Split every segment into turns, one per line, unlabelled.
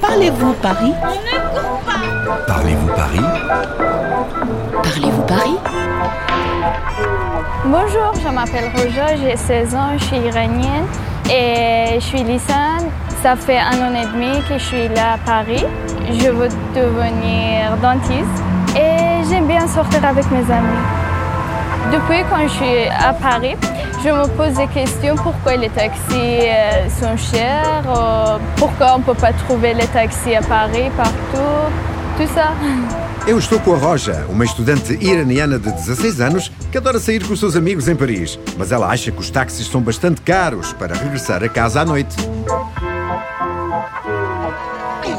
Parlez-vous Paris
On ne court pas
Parlez-vous Paris
Parlez-vous Paris
Bonjour, je m'appelle Roja, j'ai 16 ans, je suis iranienne et je suis lycéenne. Ça fait un an et demi que je suis là à Paris. Je veux devenir dentiste et j'aime bien sortir avec mes amis. Depuis quand je suis à Paris, je me pose des questions pourquoi les taxis euh, sont chers, euh, pourquoi on ne peut pas trouver les taxis à Paris partout, tout ça.
Eu estou com a Roja, uma estudante iraniana de 16 anos que adora sair com os seus amigos em Paris. Mas ela acha que os táxis são bastante caros para regressar a casa à noite.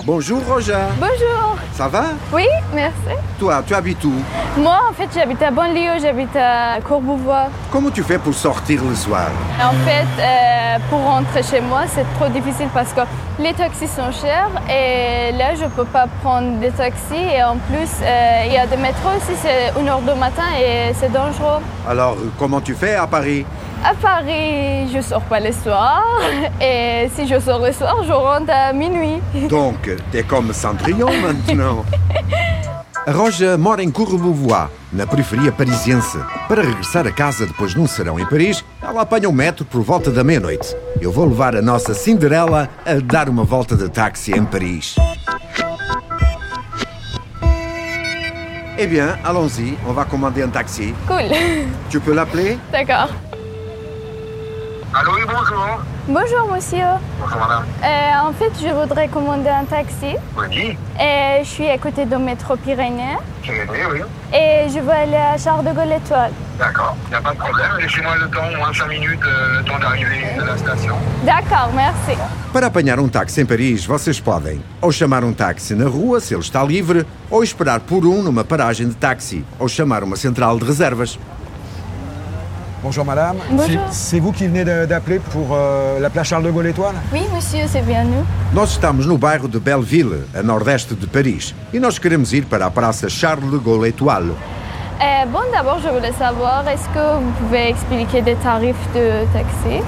Bonjour Roja,
Bonjour.
ça va
Oui, merci.
Toi, tu habites où
Moi, en fait, j'habite à banlieue, j'habite à Courbevoie.
Como tu fais pour sortir le soir
En fait, euh, pour rentrer chez moi, c'est trop difficile parce que les taxis sont chers et là, je ne peux pas prendre des taxis. Et en plus, euh, il y a des métros aussi, c'est 1h du matin et c'est dangereux.
Alors, comment tu fais à Paris
À Paris, je ne sors pas le soir et si je sors le soir, je rentre à minuit.
Donc, t'es comme Cendrillon maintenant. A Roja mora em Courbevoie, na periferia parisiense. Para regressar a casa depois de um serão em Paris, ela apanha o metro por volta da meia-noite. Eu vou levar a nossa Cinderela a dar uma volta de táxi em Paris. Eh bien, allons-y, on va commander un taxi.
Cool,
Tu peux l'appeler
d'accord.
Allô, oui, bonjour.
Bonjour, monsieur.
Bonjour, madame.
Euh, en fait, je voudrais commander un taxi
Oui,
et je suis à côté de métro Pyrénées.
j'ai aimé, oui.
Et je veux aller à Charles de Gaulle Étoile.
D'accord, il n'y a pas de problème. Laissez-moi le temps, moins 5 minutes, euh, le temps d'arriver de la station.
D'accord, merci.
Para apanhar um táxi em Paris, vocês podem ou chamar um táxi na rua, se ele está livre, ou esperar por um numa paragem de táxi, ou chamar uma central de reservas.
Bonjour madame.
Bonjour.
C'est- C'est vous qui venez de- d'appeler pour euh, la place Charles de Gaulle Étoile
Oui, monsieur, c'est bien nous.
Nós estamos no bairro de Belleville, a nordeste de Paris, e nós queremos ir para a praça Charles de Gaulle Étoile.
Euh, bon, d'abord, je voulais savoir, est-ce que vous pouvez expliquer des tarifs de taxi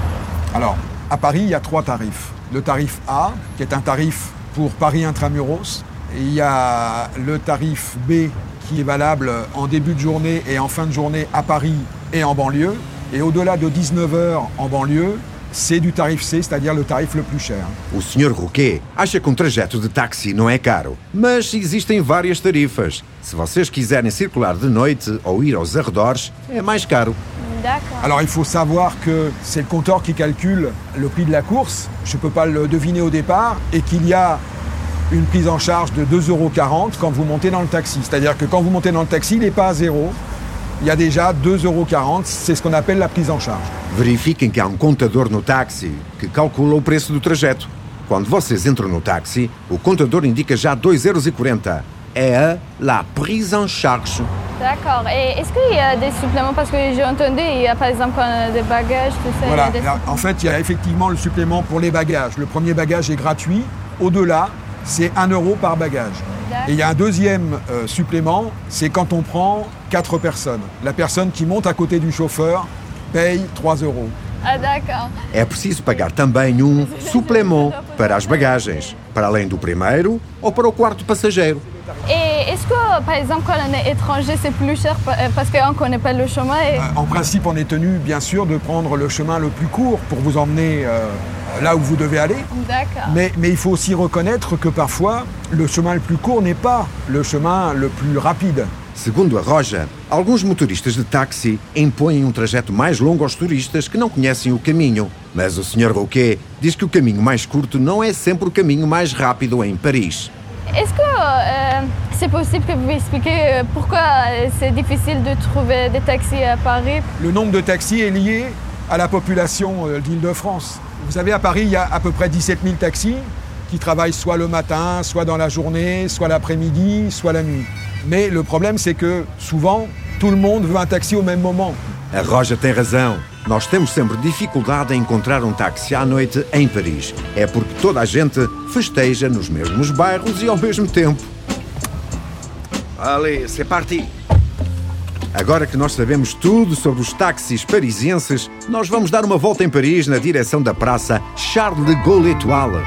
Alors, à Paris, il y a trois tarifs. Le tarif A, qui est un tarif pour Paris intramuros. Et Il y a le tarif B, qui est valable en début de journée et en fin de journée à Paris et en banlieue. Et au-delà de 19h en banlieue, c'est du tarif C, c'est-à-dire le tarif le plus cher.
O Sr. Roquet acha que um trajeto de táxi não é caro, mas existem várias tarifas. Se vocês quiserem circular de noite ou ir aos arredores, é mais caro.
D'accord.
Alors il faut savoir que c'est le compteur qui calcule le prix de la course, je ne peux pas le deviner au départ, et qu'il y a une prise en charge de 2,40 euros quand vous montez dans le taxi. C'est-à-dire que quand vous montez dans le taxi, il n'est pas à zéro, il y a déjà 2,40 euros, c'est ce qu'on appelle la prise en charge.
Verifiquem que há um contador no táxi que calcula o preço do trajeto. Quando vocês entram no táxi, o contador indica já 2,40€. É a La Prise en Charge.
D'accord. Et est-ce qu'il y a des suppléments Parce que j'ai entendu, il y a par exemple quand on a des bagages, tout ça. il y a
Voilà,
des
Alors, en fait, il y a effectivement le supplément pour les bagages. Le premier bagage est gratuit. Au-delà, c'est 1 euro par bagage.
D'accord.
Et il y a un deuxième euh, supplément, c'est quand on prend 4 personnes. La personne qui monte à côté du chauffeur paye 3 euros.
Ah, d'accord.
É preciso pagar também um suplemento para as bagagens, para além do primeiro ou para o quarto passageiro.
Et est-ce que par exemple quand on est étranger, c'est plus cher pa- euh, parce qu'on ne connaît pas le chemin et...
Euh, En principe, on est tenu, bien sûr, de prendre le chemin le plus court pour vous emmener euh, là où vous devez aller.
D'accord.
Mais, mais il faut aussi reconnaître que parfois, le chemin le plus court n'est pas le chemin le plus rapide.
Segundo a Roja, alguns motoristas de táxi impõem um trajeto mais longo aos turistas que não conhecem o caminho. Mas o Sr. Roquet diz que o caminho mais curto não é sempre o caminho mais rápido em Paris.
Est-ce que euh, c'est possible que vous m'expliquiez euh, pourquoi euh, c'est difficile de trouver des taxis à Paris
Le nombre de taxis est lié à la population euh, d'Île-de-France. Vous savez, à Paris, il y a à peu près 17 000 taxis qui travaillent soit le matin, soit dans la journée, soit l'après-midi, soit la nuit. Mais le problème, c'est que souvent, tout le monde veut un taxi au même moment.
A Roja tem razão. Nós temos sempre dificuldade em encontrar um táxi à noite em Paris. É porque toda a gente festeja nos mesmos bairros e ao mesmo tempo. Allez, c'est parti! Agora que nós sabemos tudo sobre os táxis parisienses, nós vamos dar uma volta em Paris na direção da praça Charles de Gaulle Étoile.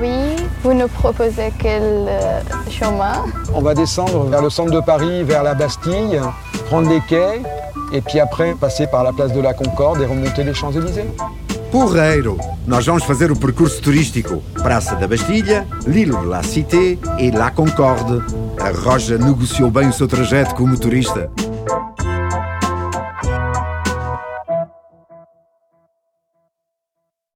Oui, vous nous proposez quel euh, chemin
On va descendre vers le centre de Paris, vers la Bastille, prendre les quais, et puis après passer par la place de la Concorde et remonter les Champs-Élysées.
Porreiro! Nós vamos fazer o percurso turístico Praça da Bastilha, Lille de la Cité e La Concorde. A Roja negociou bem o seu trajeto com o motorista.